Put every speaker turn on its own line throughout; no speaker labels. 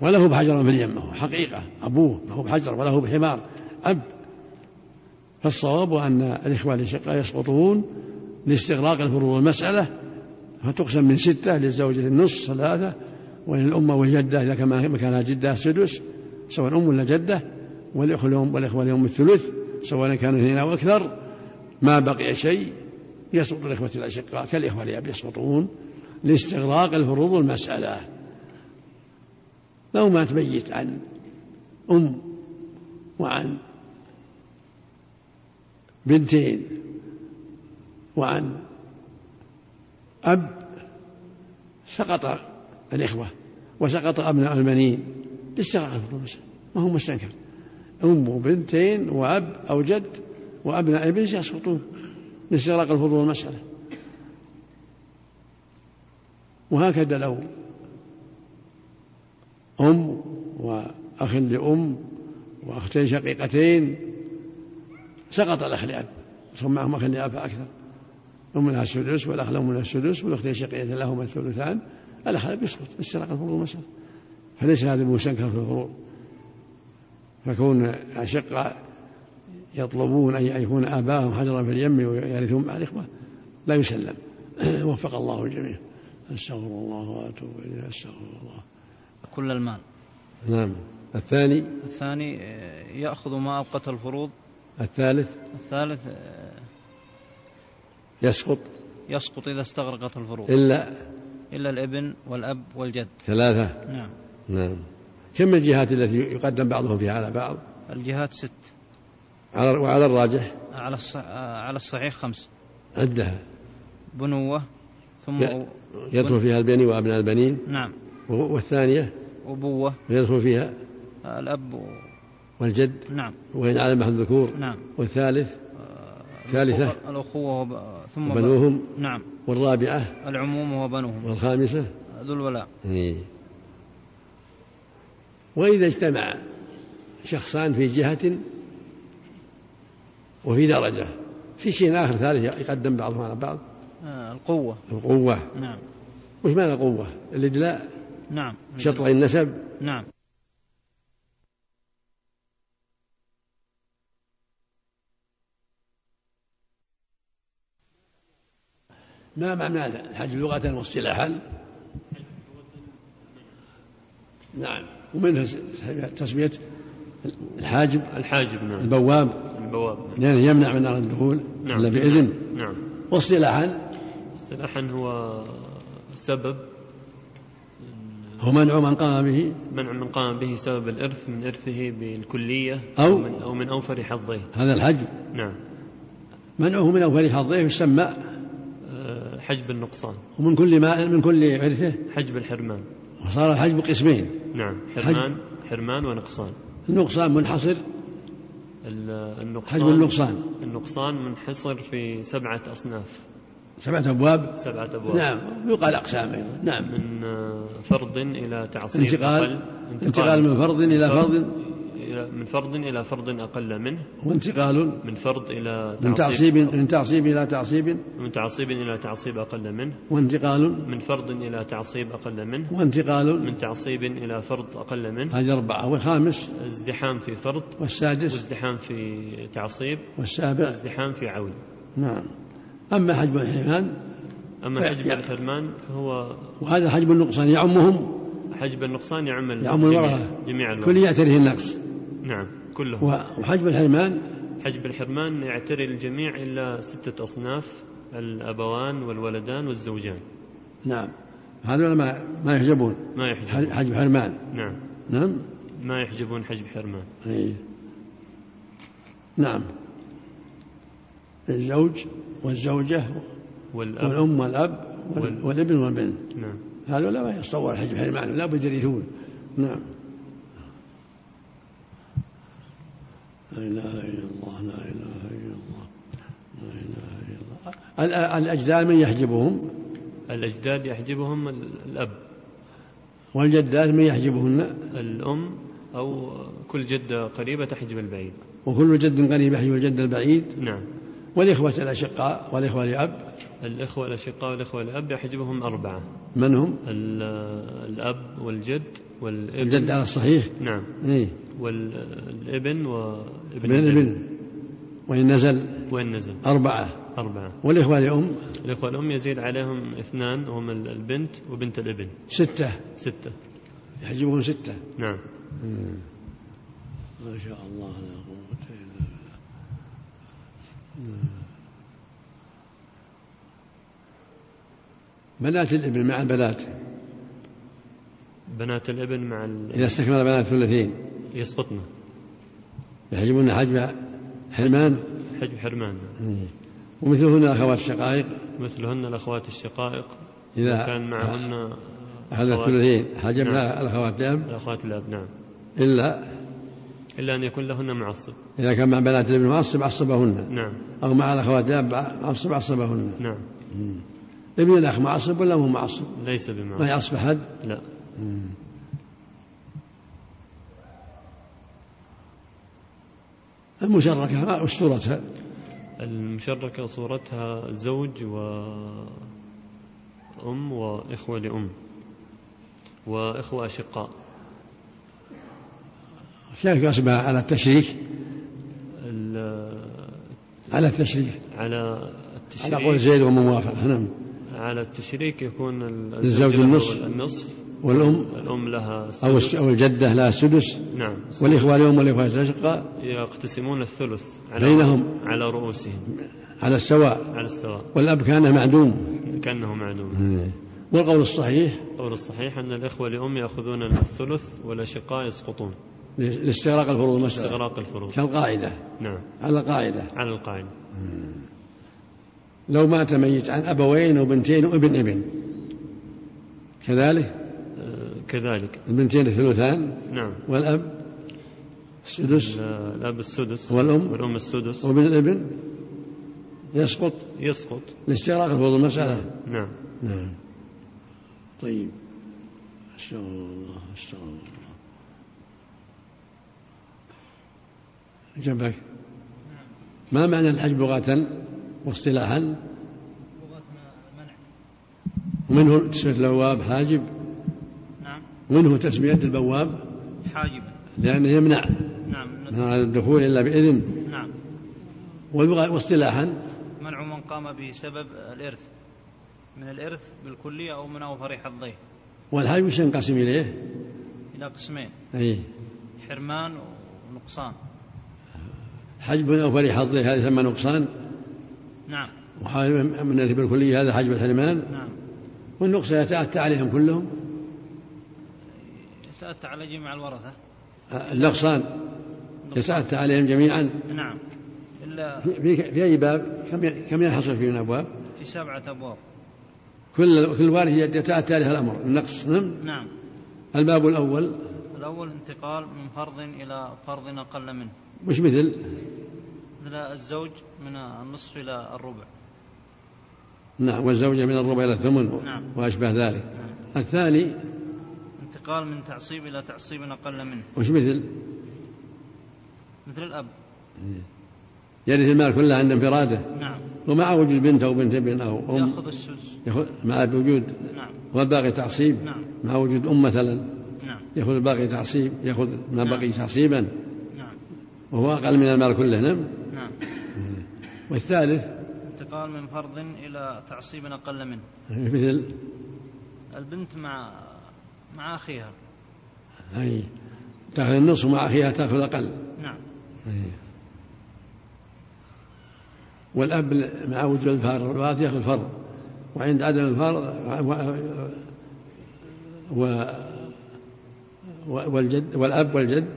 ولا هو بحجر في اليمة هو حقيقة أبوه ما هو بحجر ولا هو بحمار أب فالصواب أن الإخوة الأشقاء يسقطون لاستغراق الفروض المسألة فتقسم من ستة للزوجة النصف ثلاثة وللأمة والجدة إذا كان مكانها جدة السدس سواء أم ولا جدة والإخوة الأم والإخوة الأم الثلث سواء كانوا اثنين أو أكثر ما بقي شيء يسقط الإخوة الأشقاء كالإخوة الأب يسقطون لاستغراق الفروض والمسألة لو مات ميت عن أم وعن بنتين وعن أب سقط الإخوة وسقط أبناء المنين لاستغراق الفروض والمسألة ما هو مستنكر أم وبنتين وأب أو جد وأبناء البنت يسقطون لاستغراق الفروض والمسألة وهكذا لو أم وأخ لأم وأختين شقيقتين سقط الأخ لأب صار معهم أخ لأب أكثر أم لها السدس والأخ لأم لها السدس والأختين الشقيقتين لهما الثلثان الأخ لأب يسقط استراق الفروض والمسألة فليس هذا مستنكر في الفروض فكون الأشقة يطلبون أن يكون آباهم حجرا في اليم ويرثون مع الإخوة لا يسلم وفق الله الجميع أستغفر الله وأتوب إليه أستغفر الله
كل المال
نعم الثاني
الثاني آه، يأخذ ما أبقته الفروض
الثالث
الثالث آه،
يسقط
يسقط إذا استغرقت الفروض
إلا
إلا الابن والأب والجد
ثلاثة
نعم
نعم كم الجهات التي يقدم بعضهم فيها على بعض
الجهات ست
على وعلى الراجح
على الص... آه، على الصحيح خمس
عدها
بنوة ثم
ي-
أو...
يدخل فيها البني وأبناء البنين
نعم
و- والثانية
أبوة
يدخل فيها
الأب و...
والجد
نعم
وإن على محل ذكور
نعم آه،
والثالث ثالثة
الأخوة- الأخوة وب... آه، ثم ب-
وبنوهم
نعم
والرابعة
العموم وبنوهم
والخامسة
ذو الولاء
إيه. وإذا اجتمع شخصان في جهة وفي درجة في شيء آخر ثالث يقدم بعضهم على بعض
آه، القوة
القوة
نعم
وش معنى القوة؟ الإدلاء
نعم
شطر النسب
نعم
ما معنى هذا الحج لغة واصطلاحا نعم ومنها تسمية الحاجب
الحاجب نعم
البواب
البواب
لأنه يمنع من نار الدخول
نعم
إلا بإذن
نعم, نعم.
واصطلاحا
اصطلاحا هو سبب
هو منع من قام به
منع من قام به سبب الإرث من إرثه بالكلية
أو-
من أو من أوفر حظيه
هذا الحجب
نعم
منعه من أول حظه يسمى
آه، حجب النقصان
ومن كل ماء من كل عرثه
حجب الحرمان
وصار الحجب قسمين
نعم حرمان حرمان ونقصان
النقصان منحصر
ال- النقصان
حجب النقصان
النقصان منحصر في سبعة أصناف
سبعة أبواب
سبعة أبواب
نعم يقال أقسام أيضا نعم
من آه، فرض إلى تعصيب
انتقال
أقل
انتقال من فرض إلى فرض
إلى- من فرض إلى فرض أقل منه
وانتقال
من فرض إلى
من
تعصيب
تعصيب من تعصيب إلى تعصيب
من تعصيب إلى تعصيب أقل منه
وانتقال
من فرض إلى تعصيب أقل منه
وانتقال
من تعصيب إلى فرض أقل منه
هذه أربعة والخامس
ازدحام في فرض
والسادس
وازدحام في تعصيب
والسابع
وازدحام في عون
نعم أما حجب الحيوان
أما
طيب،
حجب
يعني.
الحرمان فهو
وهذا حجب النقصان يعمهم
حجب النقصان يعم ال-
يعم
جميع-
الورثة.
جميع الورثة
كل يعتريه النقص
نعم كله
وحجب الحرمان
حجب الحرمان يعتري الجميع إلا ستة أصناف الأبوان والولدان والزوجان
نعم هذول ما ما يحجبون
ما يحجبون
حجب حرمان
نعم
نعم
ما يحجبون حجب حرمان
أي. نعم الزوج والزوجة
والأب
والأم والأب وال-
وال-
والابن والبنت
نعم
هذول ما يتصور حجب حرمان لا بد يرثون نعم لا اله الا الله لا اله الا الله لا اله الا الله ال- الاجداد من يحجبهم
الأجداد يحجبهم ال- الأب
والجدات من يحجبهن
الأم أو كل جدة قريبة تحجب البعيد
وكل جد قريب يحجب الجد البعيد
نعم
والإخوة الأشقاء والإخوة لأب
الإخوة الأشقاء والإخوة الأب يحجبهم أربعة
من هم
ال- الأب والجد
الجد
والابن
على الصحيح
نعم
إيه
والابن وابن
من الابن وإن نزل
وين نزل
أربعة
أربعة
والإخوة لأم
الإخوة الأم يزيد عليهم اثنان وهم البنت وبنت الابن
ستة
ستة
يحجبهم ستة
نعم
ما شاء الله لا قوة إلا بالله مم. بنات الابن مع البنات
بنات الابن مع ال...
إذا استكمل بنات ثلثين
يسقطنا
يحجبون حجب حرمان
حجب حرمان
ومثلهن الأخوات الشقائق
مثلهن الأخوات الشقائق
إذا
كان معهن
أخذنا
أخوات-
الثلثين حجبنا
نعم.
الأخوات الأب
الأخوات الأب نعم
إلا
إلا أن يكون لهن معصب
إذا كان مع بنات الابن معصب عصبهن
نعم
أو مع الأخوات الأب معصب عصبهن
نعم
ابن الأخ معصب ولا مو معصب؟
ليس
ما
بمعصب
يعصب أحد؟
لا
المشركة ما أسطورتها
المشركة صورتها زوج وأم وإخوة لأم وإخوة أشقاء
كيف يصبها على التشريك
ال-
على التشريك
على
على قول
التشريك
زيد وموافقة نعم
على التشريك يكون ال-
للزوج
له
النصف.
النصف
والأم
الأم لها
أو
السدس
الش- أو الجدة لها السدس
نعم
والإخوة الأم والإخوة الأشقاء
يقتسمون الثلث على
بينهم.
على رؤوسهم
على السواء
على السواء
والأب كان معدوم
كأنه معلوم
والقول الصحيح
القول الصحيح أن الإخوة لأم يأخذون الثلث والأشقاء يسقطون
ل- لاستغراق الفروض المسألة
استغراق الفروض
كالقاعدة
نعم
على قاعدة
على القاعدة
لو مات ميت عن أبوين وبنتين وابن ابن كذلك
آه، كذلك
البنتين الثلثان
نعم
والأب السدس
ال- الأب السدس
والأم؟
والأم السدس
وابن الابن يسقط
يسقط
لاستغراق الفروض المسألة
نعم
نعم طيب استغفر الله استغفر الله جنبك ما معنى الحج لغة واصطلاحا ومنه تسمية البواب حاجب
نعم
ومنه تسمية البواب
حاجبا
لأنه يمنع
نعم
من هذا الدخول إلا بإذن
نعم
واللغة واصطلاحا
منع من قام بسبب الإرث من الإرث بالكلية أو من أوفر حظيه
والحج وش ينقسم إليه؟
إلى قسمين
أي
حرمان ونقصان
حجب أو فري حظي هذا يسمى نقصان
نعم
وحال من الاتي بالكليه هذا حجب الحرمان
نعم
والنقص يتاتى عليهم كلهم
يتأتى على جميع الورثة
آه، النقصان يتاتى عليهم جميعا
نعم إلا
في, في- في اي باب كم ي- كم ينحصر فيه من ابواب؟
في سبعة أبواب
كل كل وارث يتاتى عليه الامر النقص نعم
نعم
الباب الاول
الأول انتقال من فرض إلى فرض أقل منه
مش مثل
مثل الزوج من النصف إلى الربع
نعم والزوجه من الربع الى الثمن
نعم.
واشبه ذلك
نعم.
الثاني
انتقال من تعصيب إلى تعصيب أقل منه
مش مثل
مثل الأب
يرث المال كله عند انفراده
نعم
ومع وجود بنت او بنت ابن او ام
يأخذ السدس
ياخذ مع وجود
نعم
والباقي تعصيب
نعم
مع وجود ام مثلا
نعم
ياخذ الباقي تعصيب ياخذ ما بقي تعصيبا
نعم
وهو اقل من المال كله نعم
نعم
والثالث
انتقال من فرض إلى تعصيب أقل منه
مثل
البنت مع مع أخيها
هاي تاخذ النصف مع اخيها تاخذ اقل
نعم
والاب مع وجود الفار والوالد ياخذ فرض وعند عدم الفار و, و والجد والاب والجد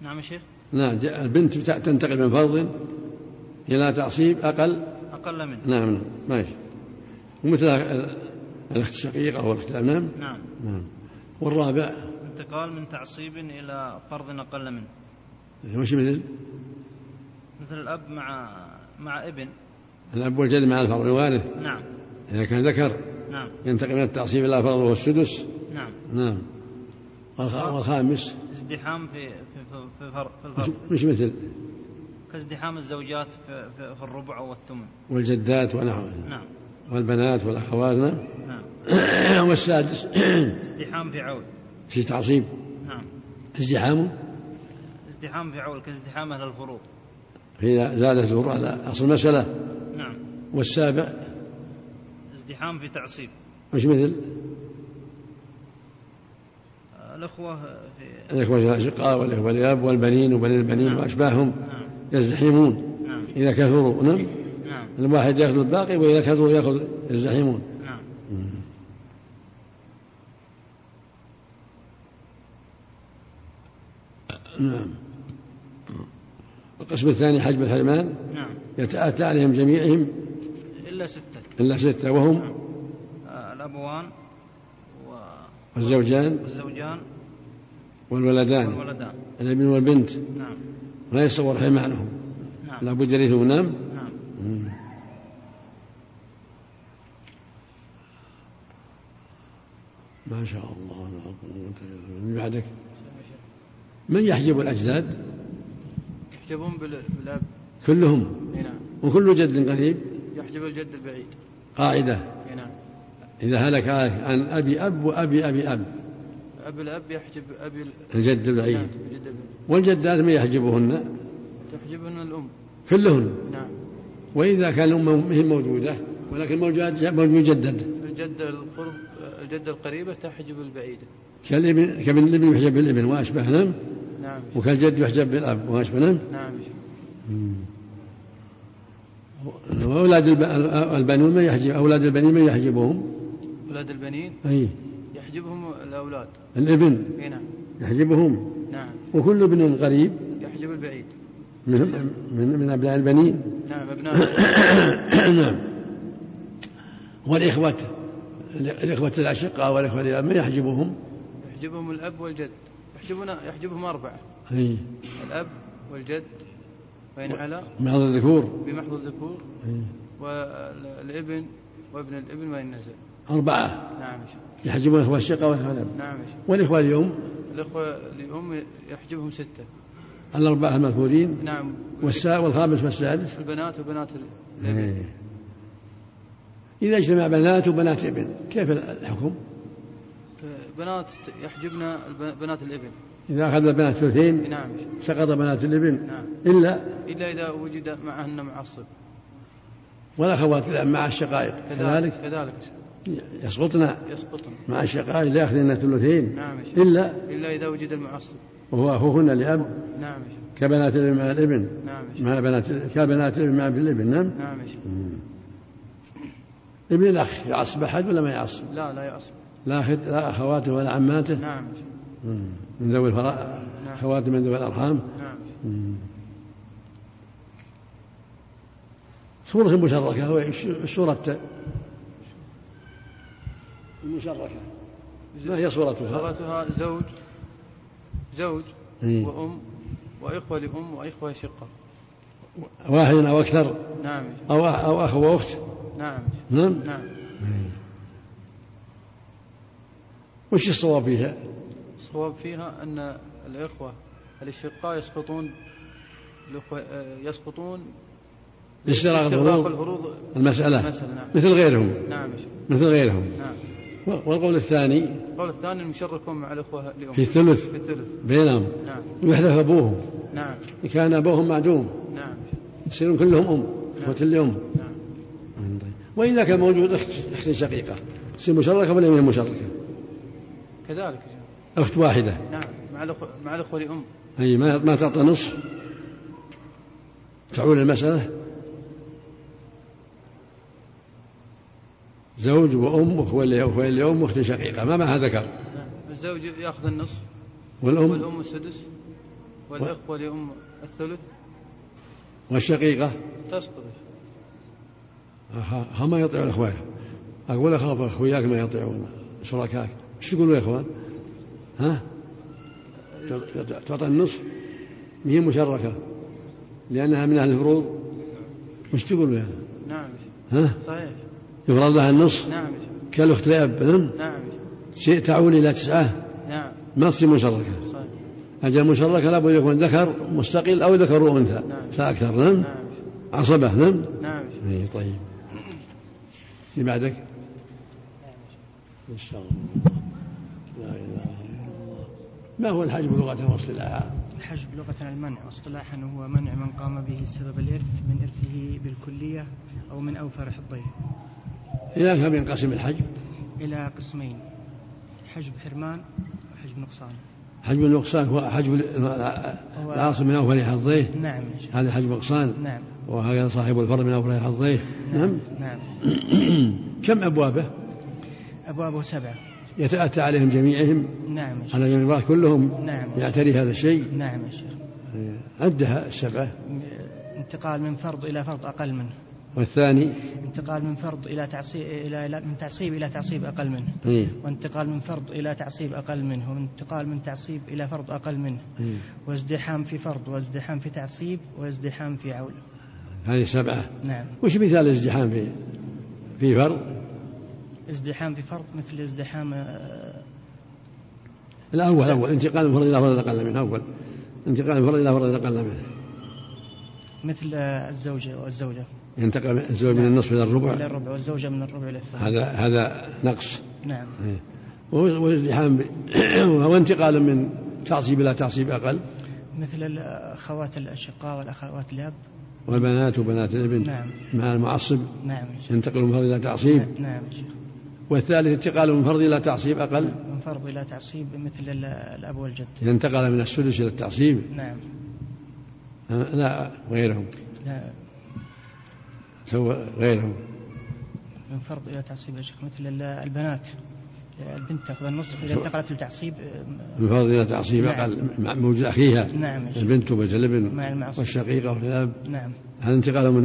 نعم يا شيخ
نعم جاء البنت ت- تنتقل من فرض الى تعصيب اقل
أقل منه
نعم نعم ماشي ومثل الاخت الشقيقه او الاخت نعم
نعم
نعم والرابع
انتقال من تعصيب إلى فرض أقل منه
وش مثل
مثل الأب مع مع ابن
الأب والجد مع الفرع الوارث
نعم
إذا كان ذكر
نعم
ينتقل من التعصيب إلى الفرع وهو السدس
نعم
نعم آه. والخ- والخامس
ازدحام في في في, في, فر- في
مش-
الفرض
مش مثل
كازدحام الزوجات في, في, في الربع والثمن
والجدات ونحوها
نعم
والبنات والأخوات نعم
نعم
والسادس
ازدحام في عول
في تعصيب
نعم
ازدحامه
ازدحام في عول كازدحام أهل الفروض
فإذا زالت الظهور على أصل المسألة
نعم
والسابع
ازدحام في تعصيب
وش مثل
آه، الأخوة في
الإخوة الأشقاء والإخوة الأب والبنين وبني البنين
نعم.
وأشباههم
نعم
يزدحمون
نعم
إذا كثروا نعم
نعم
الواحد يأخذ الباقي وإذا كثروا يأخذ يزدحمون
نعم
نعم القسم الثاني حجب الحرمان
نعم
يتأتى عليهم جميعهم
إلا ستة
إلا ستة
نعم.
وهم
آه، الأبوان و-
الزوجان
والزوجان
والولدان
والولدان
الابن والبنت
نعم
لا يتصور حرمانهم لا
نعم
بد يرثهم نعم
نعم
ما شاء الله لا حول ولا قوة إلا بالله. من بعدك من يحجب الأجداد
يحجبون بال- بالاب
كلهم
اي نعم
وكل جد قريب
يحجب الجد البعيد
قاعدة
اي نعم
إذا هلك عن أبي أب وأبي أبي أب
اب الاب يحجب ابي ال-
الجد
نعم،
البعيد
الجد البعيد
والجدات من يحجبهن
تحجبهن الام
كلهن
نعم
وإذا كان الأم هي موجودة ولكن موجود مجدد
الجد القرب الجده القريبه تحجب البعيده
كالابن كابن الابن يحجب بالابن وأشبه نعم
نعم يا شيخ.
وكالجد يحجب بالأب وأشبه نعم
نعم يا شيخ.
وأولاد الب- البنون من يحجب أولاد البنين من يحجبهم
اولاد البنين
أي
يحجبهم الاولاد
الابن
اي نعم
يحجبهم
نعم
وكل ابن قريب
يحجب البعيد
من من, من أبناء البنين
نعم ابناء
نعم والإخوة الإخوة الأشقاء والإخوة الأب من يحجبهم
يحجبهم الاب والجد يحجبون يحجبهم اربعه
أي
الاب والجد وان علا
بعض الذكور
بمحض الذكور
أي.
والابن وابن الابن وان نزل
أربعة
نعم يا شيخ.
يحجبون الإخوة الشقة والإخوة الأب
نعم يا شيخ.
والإخوة اليوم
الإخوة لأم يحجبهم ستة
الأربعة المذكورين
نعم
والسا والخامس والسادس
البنات وبنات ال- الابن
إيه. إذا اجتمع بنات وبنات ابن كيف الحكم؟
بنات يحجبن الب- بنات الابن
إذا أخذ البنات ثلثين
نعم
سقط بنات الابن
نعم
إلا
إلا إذا وجد معهن معصب
والأخوات مع الشقائق كذلك
كذلك
يسقطن
يسقطن
مع الشقائق لا يأخذن ثلثين
نعم يا شيخ.
إلا
إلا إذا وجد المعصب
وهو أخوهن لأب
نعم يا شيخ.
كبنات الابن مع الابن
نعم يا شيخ.
مع بنات كبنات الابن مع ابن الابن نعم
نعم يا شيخ.
ابن الأخ يعصب أحد ولا ما يعصب؟
لا لا يعصب
لا أخت لا أخواته ولا عماته
نعم يا شيخ.
مم. من ذوي الفراء
نعم.
خواتم من ذوي الأرحام
نعم يا شيخ.
مم. صورة مشركة هو الش- صورة المشركة ما هي صورتها؟
صورتها زوج زوج
إيه.
وأم وإخوة لأم وإخوة شقة
واحد أو أكثر
نعم يا شيخ.
أو أخ أو أخ وأخت
نعم يا شيخ.
نعم
نعم
وش الصواب فيها؟
الصواب فيها أن الإخوة الأشقاء يسقطون الإخوة آه، يسقطون
اشتراك
استغراق
الظهور
الهروب
المسألة
مثلا نعم
مثل غيرهم
نعم يا شيخ.
مثل غيرهم
نعم
والقول الثاني
القول الثاني المشركون مع الإخوة لأم
في الثلث
في الثلث
بينهم
نعم
ويحذف أبوهم
نعم
إن كان أبوهم معدوم
نعم
يصيرون كلهم أم إخوة لأم
نعم
وإذا كان موجود أخت أخت شقيقة تصير مشركة ولا ما هي مشركة؟
كذلك يا شيخ.
أخت واحدة
نعم مع الإخوة مع الإخوة لأم
أي ما ما تعطى نصف تعول المسألة زوج وأم وأخوة لأم وأخت شقيقة ما معها ذكر
نعم الزوج يأخذ النصف
والأم
والأم السدس والإخوة لأم الثلث
والشقيقة
تسقط يا شيخ.
أها، ها ما يطيعون اخوانه اقول اخاف اخوياك ما يطيعون شركاك ايش تقولوا يا اخوان؟ ها؟ تعطى- تعطى النصف ما هي مشركه لانها من اهل الفروض وش تقولوا يا
نعم يا شيخ.
ها؟
صحيح يا شيخ.
يفرض لها النصف
نعم يا شيخ.
كالاخت لاب نعم
نعم يا شيخ.
شيء تعول الى تسعه
نعم
ما تصير مشركه
صحيح
اجل مشركه لابد يكون ذكر مستقل او ذكر وانثى
نعم.
فاكثر نعم
نعم يا شيخ.
عصبه نعم
نعم يا شيخ.
اي طيب اللي بعدك استغفر الله لا اله الا الله ما هو الحجب لغه واصطلاحا
الحجب لغة المنع واصطلاحا هو منع من قام به سبب الإرث من إرثه بالكلية أو من أوفر حظيه
الى كم ينقسم الحجب
إلى قسمين حجب حرمان وحجب نقصان
حجب النقصان هو حجب
هو-
العاصم من اوفر حظيه
نعم يا شيخ
هذا حجب نقصان
نعم
وهكذا صاحب الفرد من اوفر حظيه نعم
نعم
كم ابوابه
أبوابه سبعة
يتاتى عليهم جميعهم
نعم يا شيخ
على جميع الامرأة كلهم
نعم يا شيخ.
يعتري هذا الشيء
نعم يا شيخ
عدها السبعه
انتقال من فرض إلى فرض أقل منه
والثاني
انتقال من فرض إلى تعصيب إلى إلى- من تعصيب إلى تعصيب أقل منه
إيه.
وانتقال من فرض إلى تعصيب أقل منه وانتقال من تعصيب إلى فرض أقل منه
إيه.
وازدحام في فرض وازدحام في تعصيب وازدحام في عول
هذه سبعه
نعم
وش مثال الازدحام في في فرض
ازدحام في فرض مثل ازدحام آه،
الاول اول انتقال من فرض الى فرض اقل منه اول انتقال من فرض الى فرض اقل منه
مثل آه، الزوجة والزوجة
ينتقل الزوج من النصف الى
نعم. إلى
الربع
الربع والزوجة من الربع إلى الثلث
هذا هذا نقص
نعم
إيه. وهو- والازدحام ب- وانتقال من تعصيب الى تعصيب اقل
مثل الأخوات الأشقاء والأخوات الأب
والبنات وبنات الابن
نعم
مع المعصب
نعم يا شيخ.
ينتقل من فرض الى تعصيب
نعم يا شيخ
والثالث انتقال من فرض الى تعصيب اقل
من فرض إلى تعصيب مثل ال- الأب والجد
ينتقل من السدس الى التعصيب
نعم
لا غيرهم
لا
سوى غيرهم
من فرض إلى تعصيب يا شيخ مثل ال- البنات البنت تأخذ النصف إذا انتقلت لتعصيب آه،
من فرض الى تعصيب
نعم.
اقل مع موجود اخيها
نعم يا شيخ
البنت وبنت الابن
مع المعصوم
والشقيقه والاب
نعم
هذا انتقال من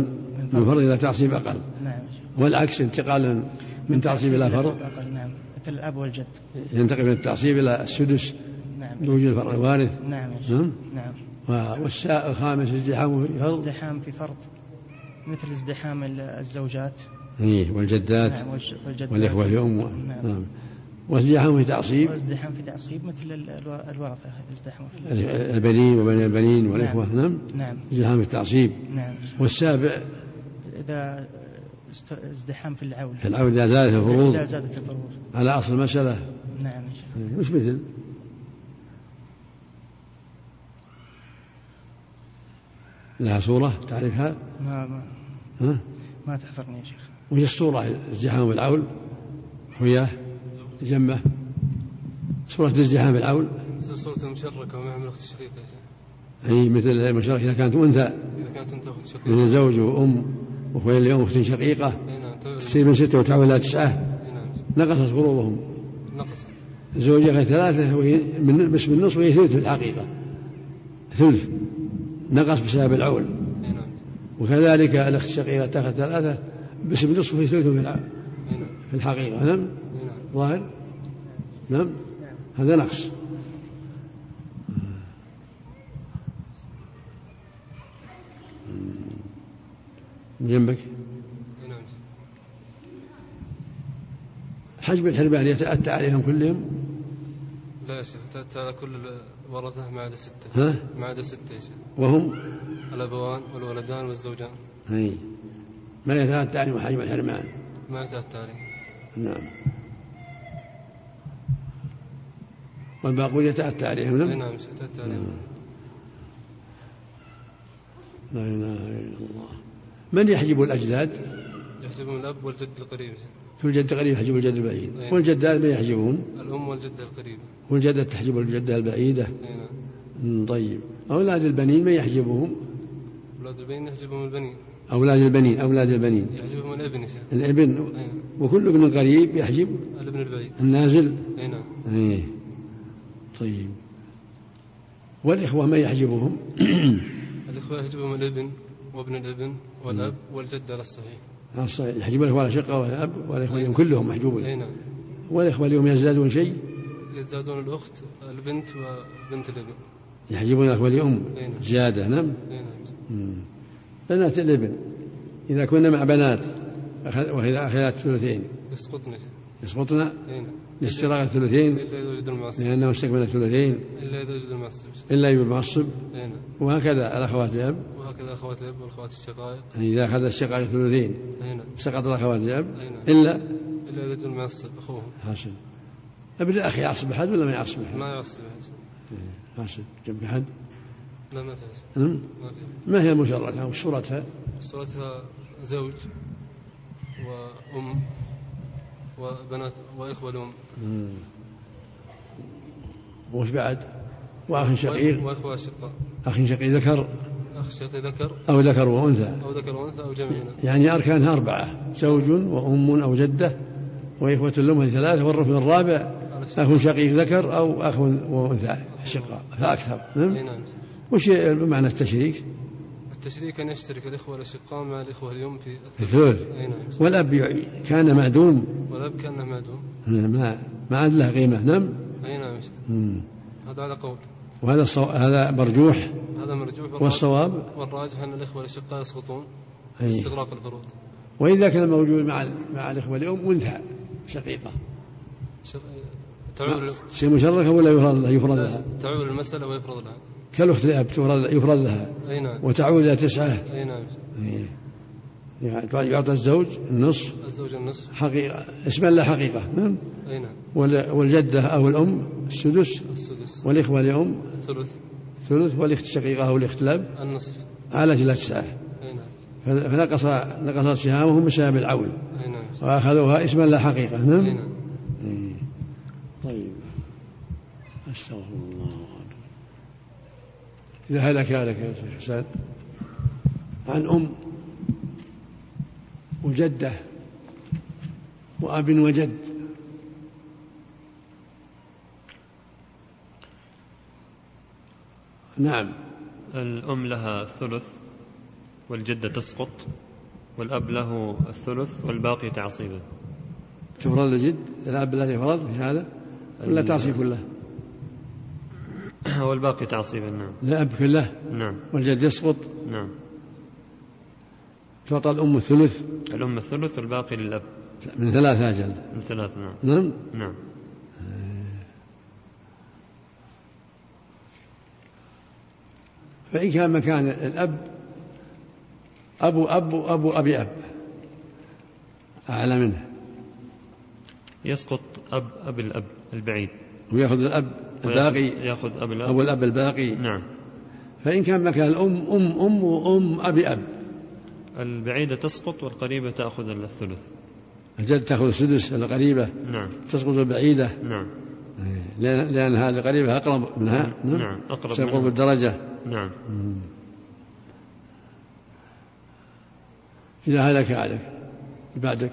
من فرض الى تعصيب اقل
نعم يا شيخ.
والعكس انتقال من- من تعصيب الى فرض
أقل نعم مثل الأب والجد
ينتقل من التعصيب الى السدس
نعم
بوجود الفرع الوارث
نعم يا شيخ.
نعم
نعم
و- والساء الخامس ازدحامه في الفرض
ازدحام في فرض مثل ازدحام ال- الزوجات
إيه، والجدات
نعم والج- والجدات
والاخوه في ام
نعم.
نعم وازدحامه في تعصيب
وازدحام في تعصيب مثل ال- الو- الورثة ازدحام في ال-
البنين وبني البنين والاخوه نعم
نعم
ازدحام في التعصيب
نعم
والسابع
إذا است- ازدحام في العول
العودة إلى ثالث
إذا
الفروض
زادت الفروض
على أصل المسألة
نعم يا شيخ.
وش إيه، مثل؟ لها صورة تعرفها؟
ما ما
ها؟
ما تحضرني يا شيخ
وش الصورة ازدحام بالعول؟ وياه جمة صورة ازدحام بالعول
مثل صورة المشركة وما يعمل أخت الشقيقة يا شيخ.
هي مثل المشاركة إذا كانت أنثى
إذا كانت أنت أخت شقيقة
مثل زوج وأم وأخويا اليوم أخت شقيقة
أي نعم تعمل
تصير من ستة وتعود إلى تسعة
أي نعم
نقصت فروضهم
نقصت
زوجها ثلاثة وهي من بس بالنصف وهي ثلث في الحقيقة ثلث نقص بسبب العول
أي نعم
وكذلك الأخت الشقيقة تأخذ ثلاثة بس بنصف في ثلث في الع-
أي نعم
في الحقيقة نعم
أي نعم
ظاهر نعم هذا نقص من جنبك
أي نعم
حجب الحربان يتأتى عليهم كلهم
لا يا شيخ تأتى على كل الورثة ما عدا ستة
ها
ما عدا ستة يا شيخ
وهم
الأبوان والولدان والزوجان
هي. ما يتأتى عليهم حجب الحرمان
ما تأتى عليه
نعم والباقون يتأتى عليهم
أي
نعم
نعم يا شيخ تأتى عليه
لا إله إلا الله من يحجب الأجداد؟
يحجبهم الأب والجد القريب يا شيخ.
كل جد قريب يحجب الجد البعيد
أي. نعم.
والجدات من يحجبهم؟
الأم والجدة القريبة
والجدة تحجب الجدة البعيدة
أي نعم
أمم، طيب أولاد البنين من يحجبهم؟
أولاد البنين يحجبهم البنين
أولاد البنين أولاد البنين
يحجبهم الابن يا شيخ
الابن
أي نعم
وكل ابن قريب يحجب
الابن البعيد
النازل
أي نعم
أيه. طيب والإخوة من يحجبهم؟
الإخوة يحجبهم الابن وابن الابن والأب والجدة على الصحيح
الصحيح. يحجب الإخوة الأشقة والأب والإخوة اليوم كلهم
أي
محجوبون
نعم
والإخوة اليوم يزدادون شيء
يزدادون الأخت البنت وبنت الابن
يحجبون الإخوة اليوم
أي نعم
زيادة نعم
أي نعم
مم. بنات الابن إذا كنا مع بنات أخذ- وإذا أخذت ثلثين
يسقطن
يسقطن
أي نعم
لاستراغ الثلثين
إلا إذا وجد المعصب
لأنه استكمل الثلثين
إلا إذا وجد المعصب
إلا بالمعصب
إي نعم
وهكذا الأخوات الأب
وهكذا أخوات الأب والأخوات الشقائق
يعني إذا أخذ الشقة الثلثين
إي نعم
سقط الأخوات الأب
إي نعم
إلا
إلا إذا وجد المعصب أخوهم
حاصل أبدا الأخ يعصب أحد ولا ما يعصب أحد؟
ما يعصب أحد
حاصل جنب أحد
لا ما في أحد
نعم.
ما في أحد
ما هي مجردها وصورتها
صورتها زوج وأم وبنات وإخوة الأم
وش بعد وأخ شقيق
وإخوة أشقاء
أخ شقيق ذكر
أخ شقي ذكر
أو ذكر وأنثى
أو ذكر وأنثى أو جميعنا
يعني أركانها أربعة زوج وأم أو جدة وإخوة الأم هذه ثلاثة والركن الرابع
على الشيء
أخ شقيق ذكر أو أخ وأنثى أشقاء فأكثر
إي
نعم
نعم
وش معنى التشريك؟
التشريك أن يشترك الإخوة الأشقاء مع الإخوة اليوم في
في الثلث
أي نعم
والأب يع- كان معدوم
والأب كأنه معدوم
ما ما عاد له قيمة نعم
أي نعم
مم.
هذا على قول
وهذا الصو... هذا مرجوح
هذا مرجوح والراجح-
والصواب
والراجح أن الإخوة الأشقاء يسقطون
أي.
استغراق الفروض
وإذا كان موجود مع ال- مع الإخوة الأم أنثى شقيقة
شر... تعود
شيء مشركة ولا يفرض لها يفرض لها
تعود المسألة ويفرض لها
كالأخت الأب تفرض- يفرض لها
أي نعم
وتعود إلى تسعة إيه.
أي نعم
يعني يعطى الزوج النصف
الزوج النصف
حقيقة اسما لا حقيقة نعم
أي نعم
وال- والجدة أو الأم السدس
السدس
والإخوة الأم
الثلث
ثلث والأخت الشقيقة أو الأخت الأب
النصف
على إلى تسعة
أي نعم
فنقص نقصت سهامهم بسبب العول
أي نعم
وأخذوها اسما لا حقيقة نعم
أي نعم
إيه. طيب استغفر الله إذا هلك هلك يا شيخ حسان عن أم وجدة وأب وجد نعم
الأم لها الثلث والجدة تسقط والأب له الثلث والباقي تعصيبا
تفرض الجد الأب الذي فرض في هذا ولا
ال-
تعصي كله
والباقي تعصيبا نعم
الأب كله
نعم
والجد يسقط
نعم
تعطى الأم الثلث
الأم الثلث والباقي للأب
من ثلاثة أجل
من ثلاث نعم
نعم
نعم
فإن كان مكان الأب أبو أب أبو أبي أب أعلى منه
يسقط أب أب الأب البعيد
ويأخذ الأب الباقي
يأخذ أب الأب
أبو الأب الباقي
نعم
فإن كان مكان الأم أم أم وأم أبي أب
البعيدة تسقط والقريبة تأخذ الثلث
الجد تأخذ السدس القريبة
نعم
تسقط البعيدة
نعم
لأن لأن هذه القريبة أقرب منها
نعم أقرب
سيقوم
منها.
بالدرجة
نعم
إذا هلك عليك بعدك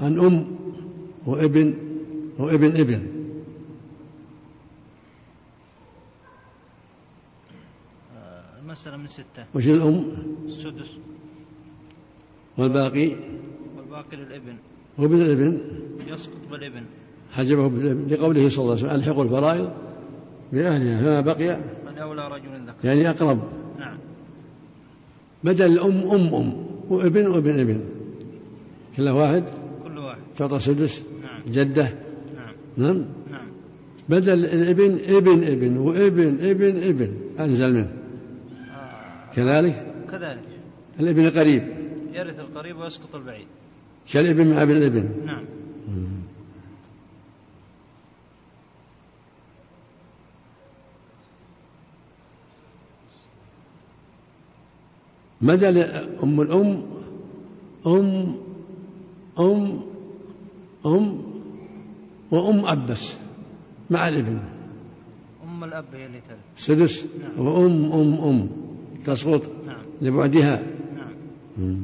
عن أم وابن وابن ابن
آه، المسألة من ستة
وش الأم
السدس
والباقي
والباقي للابن
وابن الابن
يسقط بالابن
حجبه بالابن لقوله صلى الله عليه وسلم ألحقوا الفرائض بأهلها فما بقي
فالأولى رجل ذكر
يعني أقرب
نعم
بدل الأم أم أم وابن وابن ابن كل واحد
كل واحد
تعطى سدس
نعم
جدة
نعم
نعم
نعم
بدل الابن ابن ابن وابن ابن ابن أنزل منه
آه،
كذلك
كذلك
الابن القريب
يرث القريب ويسقط البعيد
كالابن مع ابن الابن
نعم
بدل أم الأم أم أم أم وأم أب بس مع الابن
أم الأب هي اللي ترث
سدس وأم أم أم تسقط
نعم
لبعدها
نعم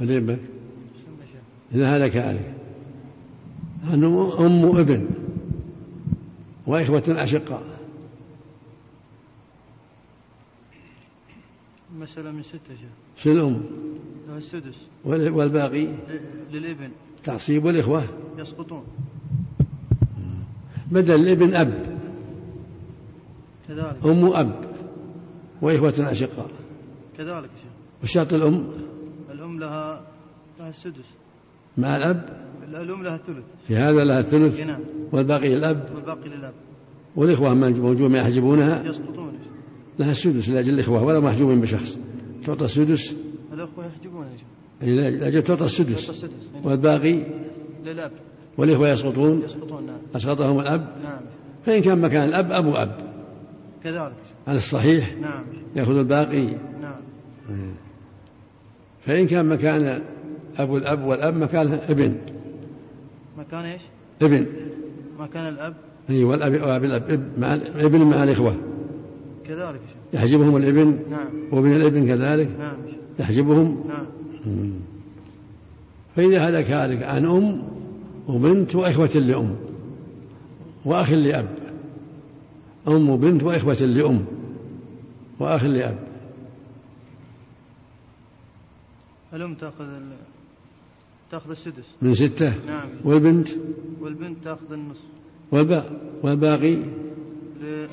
أليبك إذا هلك عليك أن أم ابن وإخوة أشقاء
المسألة من ستة شيخ
شو الأم
له السدس
وال- والباقي
إيه، للابن
تعصيب الإخوة
يسقطون
بدل الابن أب
كذلك
أم أب وإخوة أشقاء
كذلك يا شيخ
وشرط الأم
الأم لها لها السدس
مع الأب
الأم لها الثلث
في هذا لها الثلث
نعم
والباقي للأب
والباقي للأب
والإخوة ما موجود ما يحجبونها
يسقطون يا شيخ.
لها السدس لأجل الإخوة ولا محجوبين بشخص تعطى السدس
الأخوة يحجبون يا شيخ
يعني لأجل تعطى
يعطى
السدس
السدس نعم.
والباقي
للأب
والإخوة يسقطون
يسقطون نعم
أسقطهم الأب
نعم
فإن كان مكان الأب أبو أب
كذلك يا شيخ.
على الصحيح
نعم
يأخذ الباقي
نعم
فإن كان مكان أبو الأب والأب مكان ابن
مكان ايش؟
ابن
مكان الأب
أي والأب وأب الأب اب- مع ال- ابن مع الإخوة
كذلك يا شيخ
يحجبهم الابن
نعم
وابن الابن كذلك
نعم يا شيخ.
يحجبهم
نعم
مم. فإذا هلك هالك عن أم وبنت وإخوة لأم وأخ لأب أم وبنت وإخوة لأم وأخ لأب
الأم تأخذ ال... تأخذ السدس
من ستة
نعم
والبنت
والبنت تأخذ النصف
والباقي, والباقي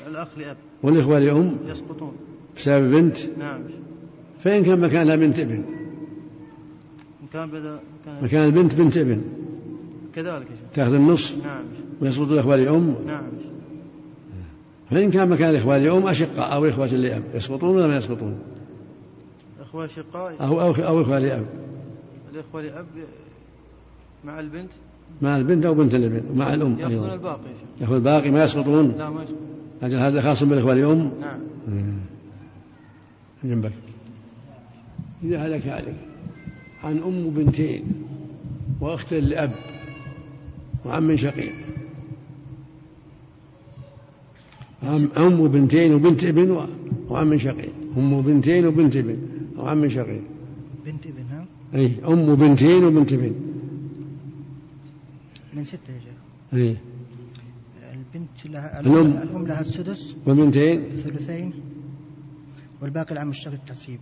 الأخ لأب
والإخوة لأم
يسقطون
بسبب بنت
نعم يا شيخ.
فإن كان مكانها بنت ابن
إن كان بدأ كان
مكان البنت بنت ابن
كذلك يا شيخ
تأخذ النصف
نعم يا شيخ.
ويسقط الإخوة لأم
نعم يا شيخ.
فإن كان مكان الإخوة لأم أشقاء أو إخوة لأب يسقطون ولا ما يسقطون
أخوة أشقاء
أو أو, أو إخوة لأب
الإخوة لأب مع البنت
مع البنت أو بنت الابن ومع الأم
يأخذون
أيضا
الباقي يا شيخ.
يأخذ الباقي ما يسقطون
لا ما يسقط
أجل هذا خاص بالإخوة لأم
نعم
جنبك إذا هلك هالك عن أم بنتين وأخت لأب وعم شقيق عم أم بنتين وبنت ابن و- وعم شقيق أم بنتين وبنت ابن وعم شقيق
بنت ابن ها
أي أم بنتين وبنت ابن
من ستة يا شيخ
أي
البنت لها
الأم.
الأم لها السدس
وبنتين
الثلثين والباقي العام مشتغل التعصيب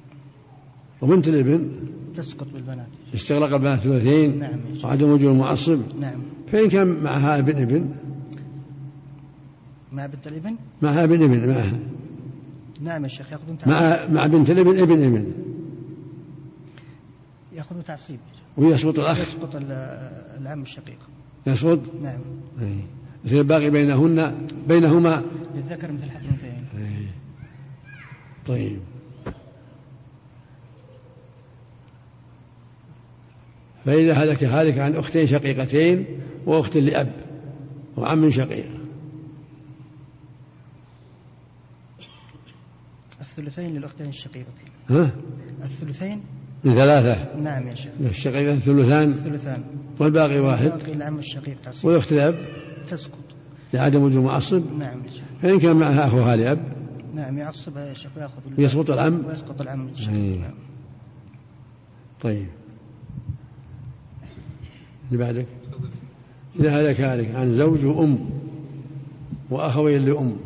وبنت الابن
تسقط بالبنات
استغرق بها ثلاثين
نعم يا شيخ.
وعدم وجود معصب
نعم
فإن كان معها ابن ابن
مع بنت الابن
معها ابن ابن معها
نعم يا شيخ ياخذون تعصيب
مع مع بنت الابن ابن ابن
ياخذون تعصيب
ويسقط الأخ
يسقط ال- العم الشقيق
يسقط
نعم
مثل الباقي بينهن بينهما
للذكر مثل حظ الانثيين
طيب فإذا هلك هالك عن أختين شقيقتين وأخت لأب وعم شقيق
الثلثين للاختين الشقيقتين
ها
الثلثين
من ثلاثة
نعم يا شيخ
الشقيقة ثلثان
الثلثان
والباقي واحد
باقي العم الشقيق تعصيب
والأخت لأب
تسقط
لعدم وجود معصب
نعم يا شيخ
فإن كان معها أخوها لأب
نعم يعصبها يا شيخ وياخذ ال-
يسقط العم إيه.
ويسقط العم
أي.
الشقيق نعم
طيب اللي بعدك إذا هلك هالك عن زوج وأم وأخوين لأم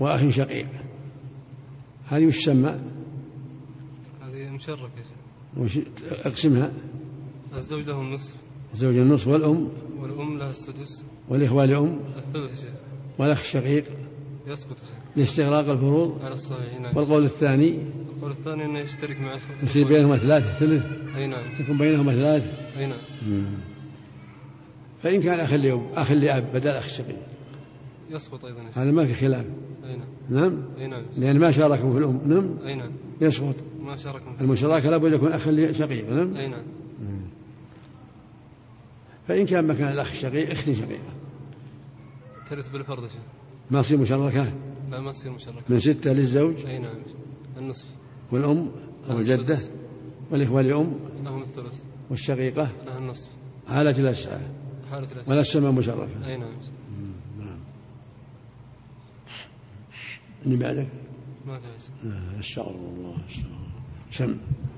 وأخ شقيق هذه وش سمى؟
هذه مشركة يا شيخ
وش أقسمها
الزوج له النصف
زوج النصف والأم
والأم لها السدس
والإخوة لأم
الثلث يا شيخ
والأخ الشقيق
يسقط يا شيخ
لاستغراق الفروض
على الصحيح نعم
والقول الثاني
القول الثاني أنه يشترك مع أخوه
يصير بينهما ثلاثة ثلث
أي نعم
تكون بينهما ثلاثة
أي نعم
فإن كان أخ لأم أخ لأب بدل أخ شقيق
يسقط أيضا يا شيخ
هذا ما في خلاف
أي نعم
نعم
أي نعم
لأن ما شاركوا في الأم نعم
أي نعم
يسقط
ما شاركنا
المشاركة لابد يكون أخا لشقيق نعم
أي نعم
فإن كان مكان الأخ الشقيق أخت شقيقة
ترث بالفرد يا شيخ
ما تصير مشاركة
لا ما تصير مشاركة
من ستة للزوج
أي نعم يا شيخ. النصف
والأم أو الجدة
السدس.
والإخوة لأم
لهم الثلث
والشقيقة
لها النصف
على تلسعة
حالة الأسف
ولا السماء مشرفة
أي نعم يا شيخ.
اللي بعدك
ما في يا شيخ.
آه، استغفر الله استغفر الله. سم